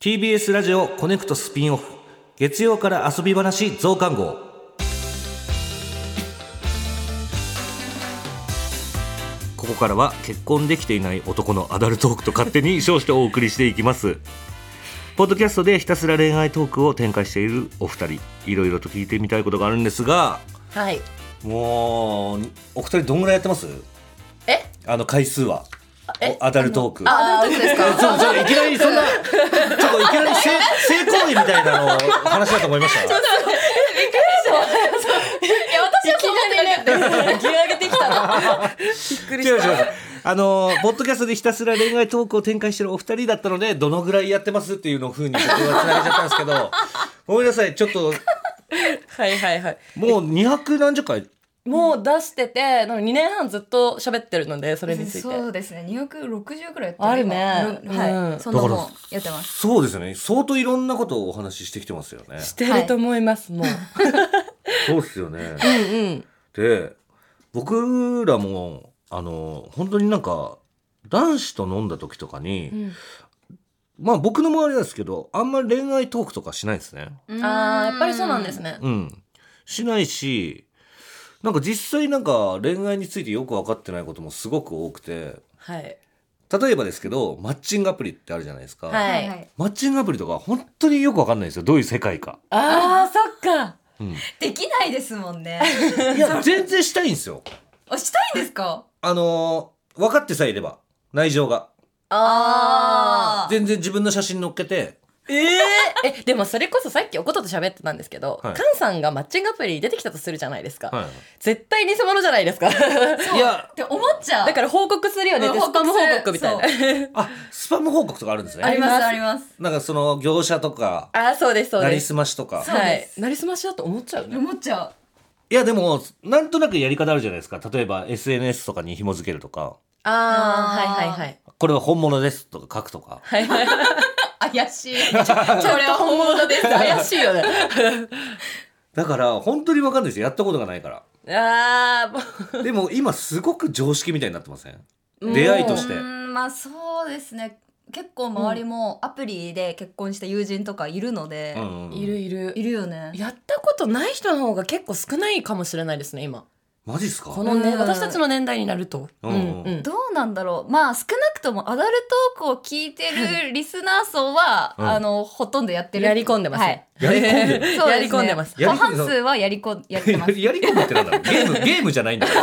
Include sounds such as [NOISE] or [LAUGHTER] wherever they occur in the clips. TBS ラジオコネクトスピンオフ月曜から遊び話増刊号ここからは結婚できていない男のアダルトークと勝手に称してお送りしていきますポッドキャストでひたすら恋愛トークを展開しているお二人いろいろと聞いてみたいことがあるんですがはい。もうお二人どんぐらいやってますえあの回数はえおアダルトークあ、どうですかそうそういきなりそ [LAUGHS] んなちょっといきなり性性行為みたいなの話だと思いま [LAUGHS] したいや、私はそんなになくて。ギア上げてき [LAUGHS] たの。違う違う違うあのーポッドキャストでひたすら恋愛トークを展開してるお二人だったのでどのぐらいやってますっていうのを風に僕はつなげちゃったんですけど [LAUGHS] ごめんなさいちょっとはいはいはい。もう200何十回もう出してて、なんか2年半ずっと喋ってるので、それについて。そうですね。260くらいやってあるね今はい、うんそんなもだかんやってます。そうですよね相当いろんなことをお話ししてきてますよねしてると思います、もう。そうですよねうんうん。で僕らもあの本当になんか男子と飲んだ時とかに、まあ僕の周りなんですけどあんまり恋愛トークとかしないですね。ああ、やっぱりそうなんですね。うん、しないしなんか実際なんか恋愛についてよく分かってないこともすごく多くてはい。例えばですけどマッチングアプリってあるじゃないですか、ははいい、マッチングアプリとか本当によく分かんないんですよどういう世界か。ああ、そっか。 [LAUGHS] うん、できないですもんね。 [LAUGHS] いや全然したいんですよ。あ、したいんですかあの分かってさえいれば内情がああ。全然自分の写真載っけてえー、え、でもそれこそさっきおことと喋ってたんですけど、はいカンさんがマッチングアプリ出てきたとするじゃないですか。は絶対偽物じゃないですか。い、いやって思っちゃう。 [LAUGHS] だから報告するよねって、うんスパ報ム報告する告みたいな。あスパム報告とかあるんですあねります、あります。なんかその業者とかああ、そうです、そうなでりす。すましとかそうはでい。すなりすましだと思っちゃうね。思っちゃう。いやでもなんとなくやり方あるじゃないですか例えば SNS とかに紐付けるとかああ、あはーいはいはい。これは本物ですとか書くとかはいはい。怪しい。これは本物です。怪しいよね。だから本当に分かんないですよやったことがないかああ、もらでも今すごく常識みたいになってませんう出会いとしうてーん、まあそうですね。結構周りもアプリで結婚した友人とかいるので、うんうんいるいる。いるよね。やったことない人の方が結構少ないかもしれないですね、今。マジっすかこのね、うん私たちの年代になると。ううんんうん。どうなんだろうまあ少なくともアダルトークを聞いてるリスナー層は、うんあのほとんどやってるやり込んでます。はい、やり込んでるそうやでりすね込んでます。やり過込ん半数ではやりこんやってまやすり込むってなんだろうゲームゲームじゃないんだか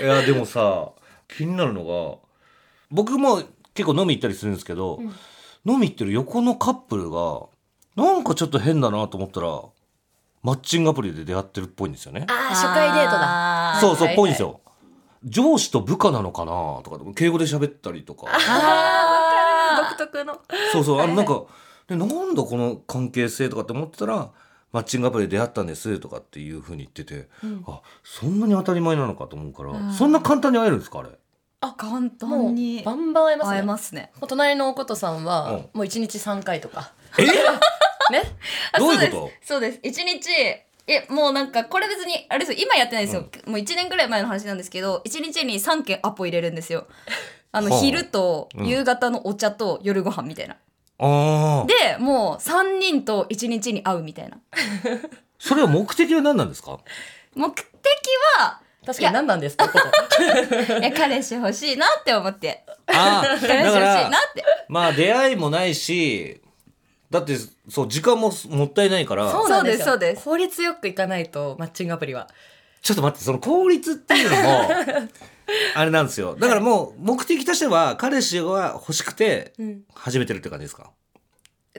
ら [LAUGHS] いやでもさ気になるのが僕も結構飲み行ったりするんですけど、飲み行ってる横のカップルがなんかちょっと変だなと思ったらマッチングアプリで出会ってるっぽいんですよねああ、 [LAUGHS] 初回デートだ。だそうそうっはいはいぽいんですよ上司と部下なのかなとか敬語で喋ったりとかあ独特のそうそうあのなんかでなんだこの関係性とかって思ってたらマッチングアプリで出会ったんですとかっていうふうに言ってて、あそんなに当たり前なのかと思うから、うんそんな簡単に会えるんですかあれ簡あ。も単うにバンバン会えます会えね。もますねう隣のおことさんうんは、もう一日三回とか。えね。 [LAUGHS] あどういうそこですそうです一日えもうなんかこれ別にあれですよ今やってないですよ、もう1年ぐらい前の話なんですけど1日に3件アポ入れるんですよあのはあ昼とうん夕方のお茶と夜ご飯みたいな、とああでもう3人と1日に会うみたいなそれは目的は何なん [LAUGHS] ですか目的は確かに何なんです [LAUGHS] か、おこと。いや彼氏欲しいなって思ってああ彼氏だ欲かしいならってまあ出会いもないしだってそう時間ももったいないからうなんですよそうです効率よくいかないとマッチングアプリはちょっと待って、その効率っていうのも、 [LAUGHS] あれなんですよ。だからもう、目的としては、彼氏が欲しくて、始めてるって感じですか、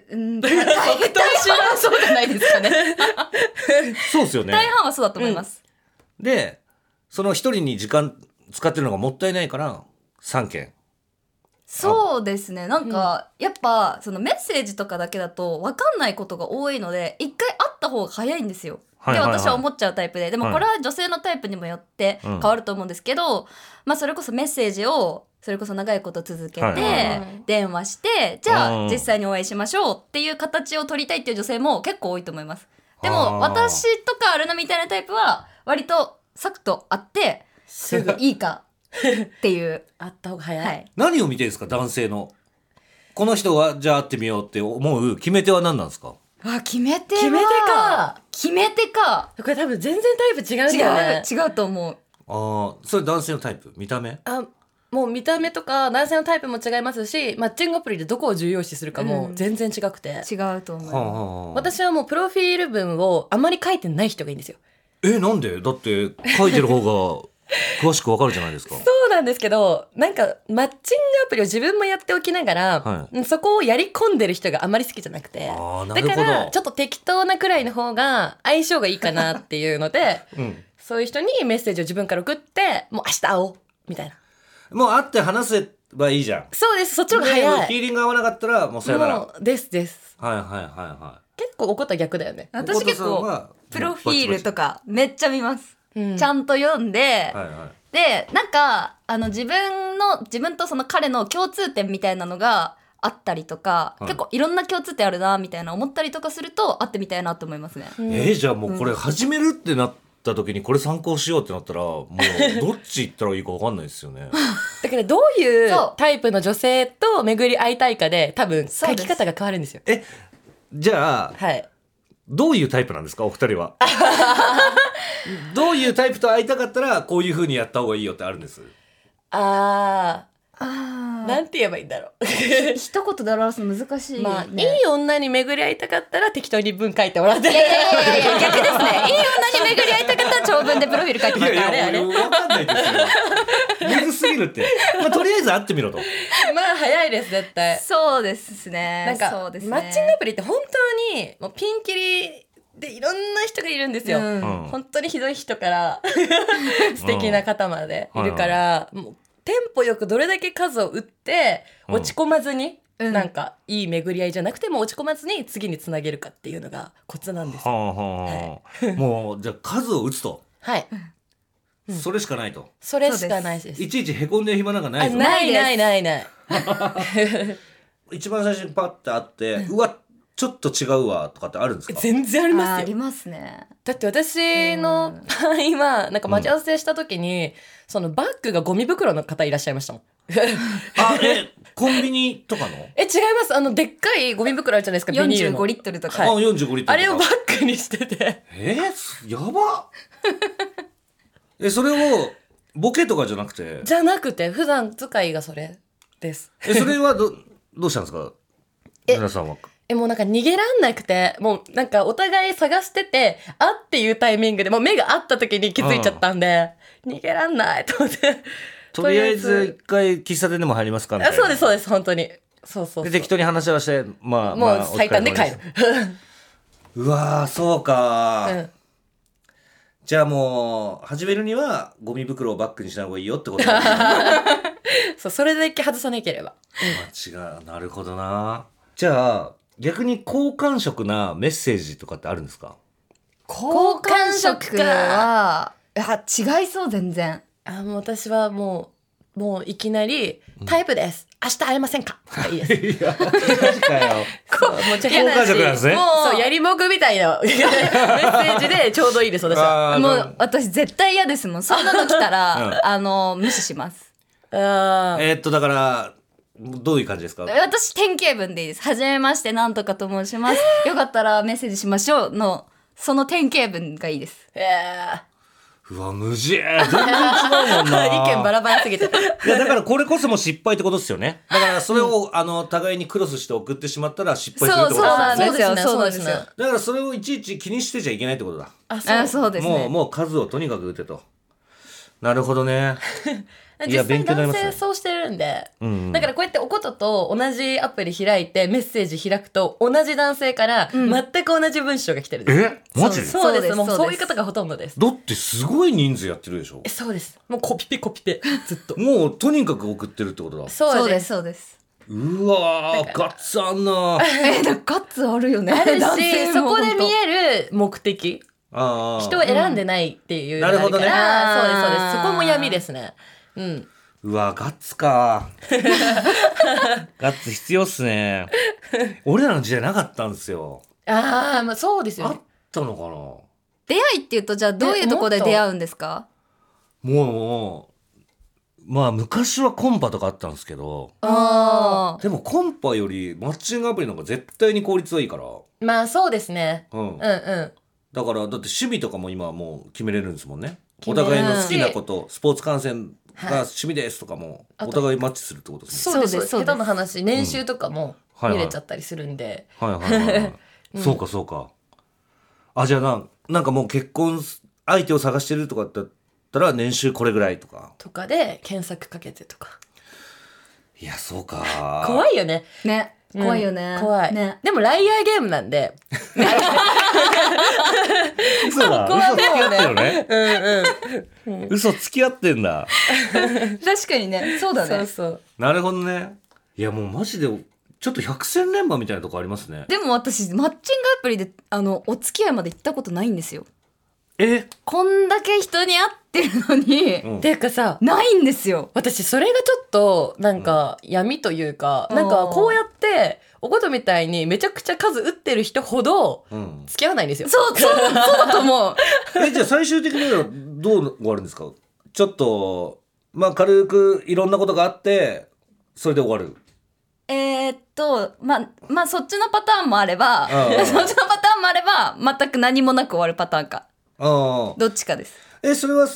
うん大大半はそうじゃないですかねそうですよね。大半はそうだと思います、で、その一人に時間使ってるのがもったいないから、3件。そうですねなんか、やっぱそのメッセージとかだけだと分かんないことが多いので一回会った方が早いんですよ。はいはいはいで私は思っちゃうタイプでではもいこれは女性のタイプにもよってうん変わると思うんですけど、まあ、それこそメッセージをそれこそ長いこと続けて、はいはいはい電話してじゃうんあ実際にお会いしましょうっていう形を取りたいっていう女性も結構多いと思います。であーも私とかアルナみたいなタイプは割とサクッと会ってすぐいいかっていうあった方が早い、はい。何を見てるんですか、男性の。この人はじゃあ会ってみようって思う決め手は何なんですかあ決めては決め手か決め手かこれ多分全然タイプ違うん違だよねう違うと思うああそれ男性のタイプ見た目あもう見た目とか男性のタイプも違いますしマッチングアプリでどこを重要視するかもうん全然違くて、違うと思う、はあはあはあ私はもうプロフィール文をあまり書いてない人がいいんですよえなんでだって書いてる方が詳しくわかるじゃない [LAUGHS] ですかそうなんですけどなんかマッチングアプリを自分もやっておきながら、はそこをやり込んでる人があまり好きじゃなくてああなだるほかどらちょっと適当なくらいの方が相性がいいかなっていうのでうん、 [LAUGHS] そういう人にメッセージを自分から送ってもう明日会おうみたいなもう会って話せばいいじゃんそうですそっちの方が早ヒいーリング合わなかったらもうさよならはいもうですですはいはいはい結構怒ったら逆だよね、私結お父さん構はプロフィールとか、かめっちゃ見ます、うんちゃんと読んで、はいはい、でなんかあの自分の自分とその彼の共通点みたいなのがあったりとか、はい結構いろんな共通点あるなみたいな思ったりとかすると会ってみたいなと思いますね。うんえーじゃあもうこれ始めるってなった時にこれ参考しようってなったらもうどっち行ったらいいかわかんないですよねだからどういうそうタイプの女性と巡り会いたいかで多分そう書ですき方が変わるんですよえじゃあはいどういうタイプなんですかお二人はどういうタイプと会いたかったらこういうふうにやった方がいいよってあるんですあーあなんて言えばいいんだろう一言で表すの難しい、まあ、ね。いい女に巡り会いたかったら適当に文書いてもらって。いやいやいや逆ですね。いい女に巡り会いた方は長文でプロフィール書いていもらっやていや、あれあれ。もうわかんないですよ。むずすぎるって。まあ、とりあえず会ってみろと。 [LAUGHS] まあ、早いです、絶対。そうですね。なんか、そうですね、マッチングアプリって本当に、もうピンキリでいろんな人がいるんですよ。うんうん本当にひどい人から素敵な方までいるから、もうテンポよくどれだけ数を打ってうん落ち込まずに、うんなんかいい巡り合いじゃなくても落ち込まずに次につなげるかっていうのがコツなんですはよ。あはあ。もう、じゃあ数を打つと。はい、うんそれしかないと。それしかないです。いちいちへこんでる暇なんかないあぞ。ないないないない。一番最初にパッて会って、うわ、ちょっと違うわ、とかってあるんですか [LAUGHS] 全然ありあーまあすりよますね。だって私の場合はなんか待ち合わせした時に、そのバッグがゴミ袋の方いらっしゃいましたもんあ、え、コンビニとか [LAUGHS] のえ違いますあのでっかいゴミ袋あるじゃないですかビニール45のリットルとか。あ、45リットルとか。あれをバッグにしててえーやばえ、それを、ボケとかじゃなくて、じゃなくて普段使いがそれですえ、それはど、どうしたんですか皆さんは。えもうなんか逃げらんなくてもうなんかお互い探しててあっていうタイミングでもう目が合った時に気づいちゃったんで、逃げらんないと [LAUGHS] 思ってとりあえず一回喫茶店でも入りますかみたいあな。そうですそうです本当にそうそうそうで適当に話し合わせて、まあ、もまあう最短で帰る。。お疲れ様すうわー、そうか、うんじゃあもう、始めるには、ゴミ袋をバッグにしない方がいいよってことだねそうそれだけ外さなければ間違う。なるほどな。じゃあ、逆に好感触なメッセージとかってあるんですか好好感触は、いや違いそう全然。あもう私はもうもういきなり「タイプです、明日会えませんか?」がい [LAUGHS] いでいすや、マジかよ。もうち [LAUGHS] ょっと好感触なんですね。もそうやりもくみたいなメッセージでちょうどいいです私はあーもなるほう私絶対嫌ですもんそんなの来た [LAUGHS] ら、うんあの無視しますあーえーっと、だから、どういう感じですか私典型文でいいです初めましてなんとかと申し [LAUGHS] ますよかったらメッセージしましょうのその典型文がいいですえうわ、無事。全然違うもんな。ー意見バラバラすぎていやだからこれこそも失敗ってことですよね。だからそれを、あの互いにクロスして送ってしまったら失敗するってことでそうですよね。すよあーそうそうなんでですすねよそうですねだからそれをいちいち気にしてちゃいけないってことだ。ああそうですもうねもう数をとにかく打てと。なるほどね。いや実勉際強になりま男すね性そうしてるんで、うんだからこうやっておことと同じアプリ開いてメッセージ開くと同じ男性から全く同じ文章が来てるんです、えマジでそうそうでですすもうそうですそういう方がほとんどですだってすごい人数やってるでしょえ。そうですもうコピペコピペずっともうとにかく送ってるってことだ。そうですそうですうわーガッツあんな。[LAUGHS] [LAUGHS] えなんかガッツあるよねある男し性そもこ本当で見える目的あー人を選んでないっていうのがあかうんらなるほどねそうですそうですあーそこも闇ですねうんうわガッツか。 [LAUGHS] ガッツ必要っすね。俺らの時代なかったんですよ。ああまあそうですよあねったのかな。出会いっていうとじゃあどういうところで出会うんですかもう、まあ昔はコンパとかあったんですけどあでもコンパよりマッチングアプリの方が絶対に効率はいいから、まあそうですねうんうんうだからだって趣味とかも今はもう決めれるんですもんね決おめれる互いの好きなことスポーツ観戦がはい趣味ですとかもあとお互いマッチするってことでんすそうですそうですそうです下手な話年収とかもはいは見いれちゃったりするんで、もんねはいはいはい、はいうんそうかそうかあじゃあななんかもう結婚相手を探してるとかだったら年収これぐらいとかとかで検索かけてとかいやそうか怖いよねね怖いよね、うん怖い、ねでもライアーゲームなんで嘘だこは嘘つき合ってるのねうんうん嘘つき合ってんだ確かにねそうだねそうそうなるほどねいやもうマジでちょっと百戦錬磨みたいなとこありますねでも私マッチングアプリであのお付き合いまで行ったことないんですよえ、こんだけ人に会ってるのに、うんっていうかさないんですよ私それがちょっとなんか闇というか、うんなんかこうやっておことみたいにめちゃくちゃ数打ってる人ほどうん、付き合わないんですよ。そうそうそうだと思う [LAUGHS] [LAUGHS] えじゃあ最終的にはどう終わるんですかちょっとまあ軽くいろんなことがあってそれで終わるえーっとまあまあそっちのパターンもあればう [LAUGHS] んそっちのパターンもあれば全く何もなく終わるパターンかああどっちかですえそれは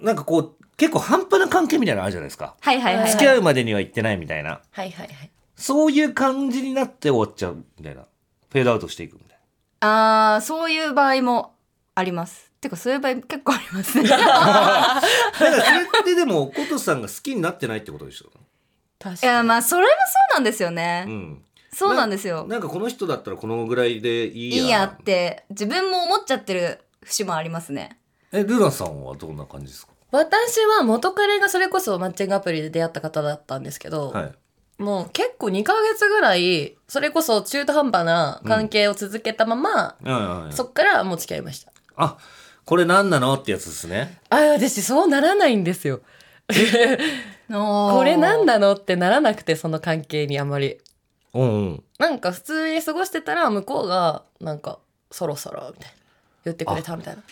なんかこう結構半端な関係みたいなのあるじゃないですかはいはいはい、はい、付き合うまでには行ってないみたいなはいはいはい。そういう感じになって終わっちゃうみたいなフェードアウトしていくみたいあーそういう場合もありますてかそういう場合結構あります [LAUGHS] ね [LAUGHS] なだからそれってでもことさんが好きになってないってことでしょ、確いやかに。まあそれはそうなんですよね、うん、そうなんですよなんかこの人だったらこのぐらいでいいいやいやって自分も思っちゃってる節もありますねえルナさんはどんな感じですか私は元彼がそれこそマッチングアプリで出会った方だったんですけど、はいもう結構2ヶ月ぐらい、それこそ中途半端な関係を続けたまま、うんうんそっからもう付き合いました。あこれ何なのってやつですね。あ、私そうならないんです [LAUGHS] よ。ここれ何だなのってならなくて、その関係にあまり。うんうん。なんか普通に過ごしてたら向こうがなんかそろそろみたいな言ってくれたみたいな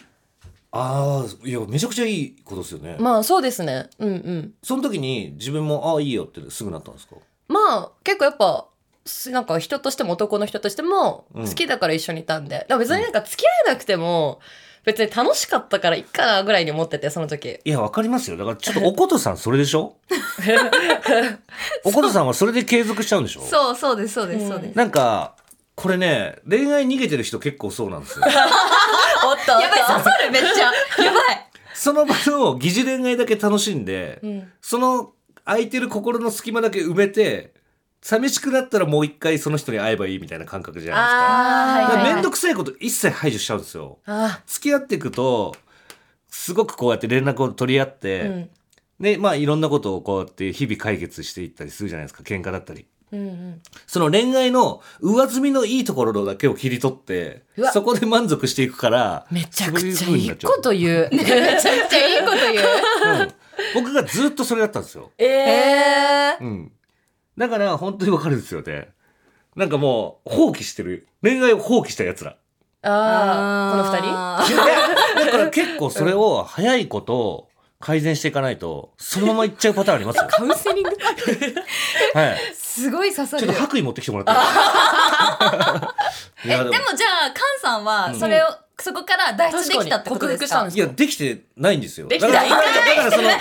ああいやめちゃくちゃいいことですよね。まあそうですねうんうんその時に自分もああいいよってすぐなったんですか。まあ結構やっぱすなんか人としても男の人としてもうん好きだから一緒にいたんで、でも別になんか付き合えなくても別に楽しかったからいっかなぐらいに思っててその [LAUGHS] 時いやわかりますよ。だからちょっとおことさんそれでしょ。おことさんは [LAUGHS] それで継続しちゃうんでしょ。そうそうですそうでうすんそうです、なんかこれね恋愛逃げてる人結構そうなん [LAUGHS] ですよ。おっとややばい刺さるめっち [LAUGHS] ゃやばいその場の疑似恋愛だけ楽しんで、うん、その空いてる心の隙間だけ埋めて寂しくなったらもう一回その人に会えばいいみたいな感覚じゃないですか。あーだあかはらいはいめんどくさいこと一切排除しちゃうんですよ。あ付き合っていくとすごくこうやって連絡を取り合っーて、うんでまあいろんなことをこうやって日々解決していったりするじゃないですか喧嘩だったりうんうんその恋愛の上積みのいいところだけを切り取ってうわそこで満足していくからめちゃくちそゃうう風いにないっちゃうこと言うめ [LAUGHS] ちゃくちゃいいこと言ううん僕がずっとそれだったんですよ、ええー、うん、だから本当にわかるんですよねなんかもう放棄してる恋愛を放棄したやつ [LAUGHS] らー、ああこの二人いやだから結構それを早いこと改善していかないとそのままいっちゃうパターンありますよ、カウンセリング [LAUGHS] はい人すごい刺さちるょっと白衣持ってきてもら [LAUGHS] っていいいやでもでもじゃあカンさんはうんそれを、そこから脱出できたってことですか確かに克服しいやできてないんですよできてだかないらだからそのだ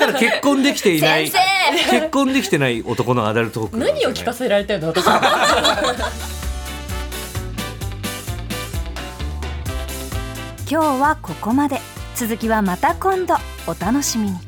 から結婚できていない先生結婚できてない男のアダルトークなんです何よをね聞かせられてるの私は今日はここまで続きはまた今度お楽しみに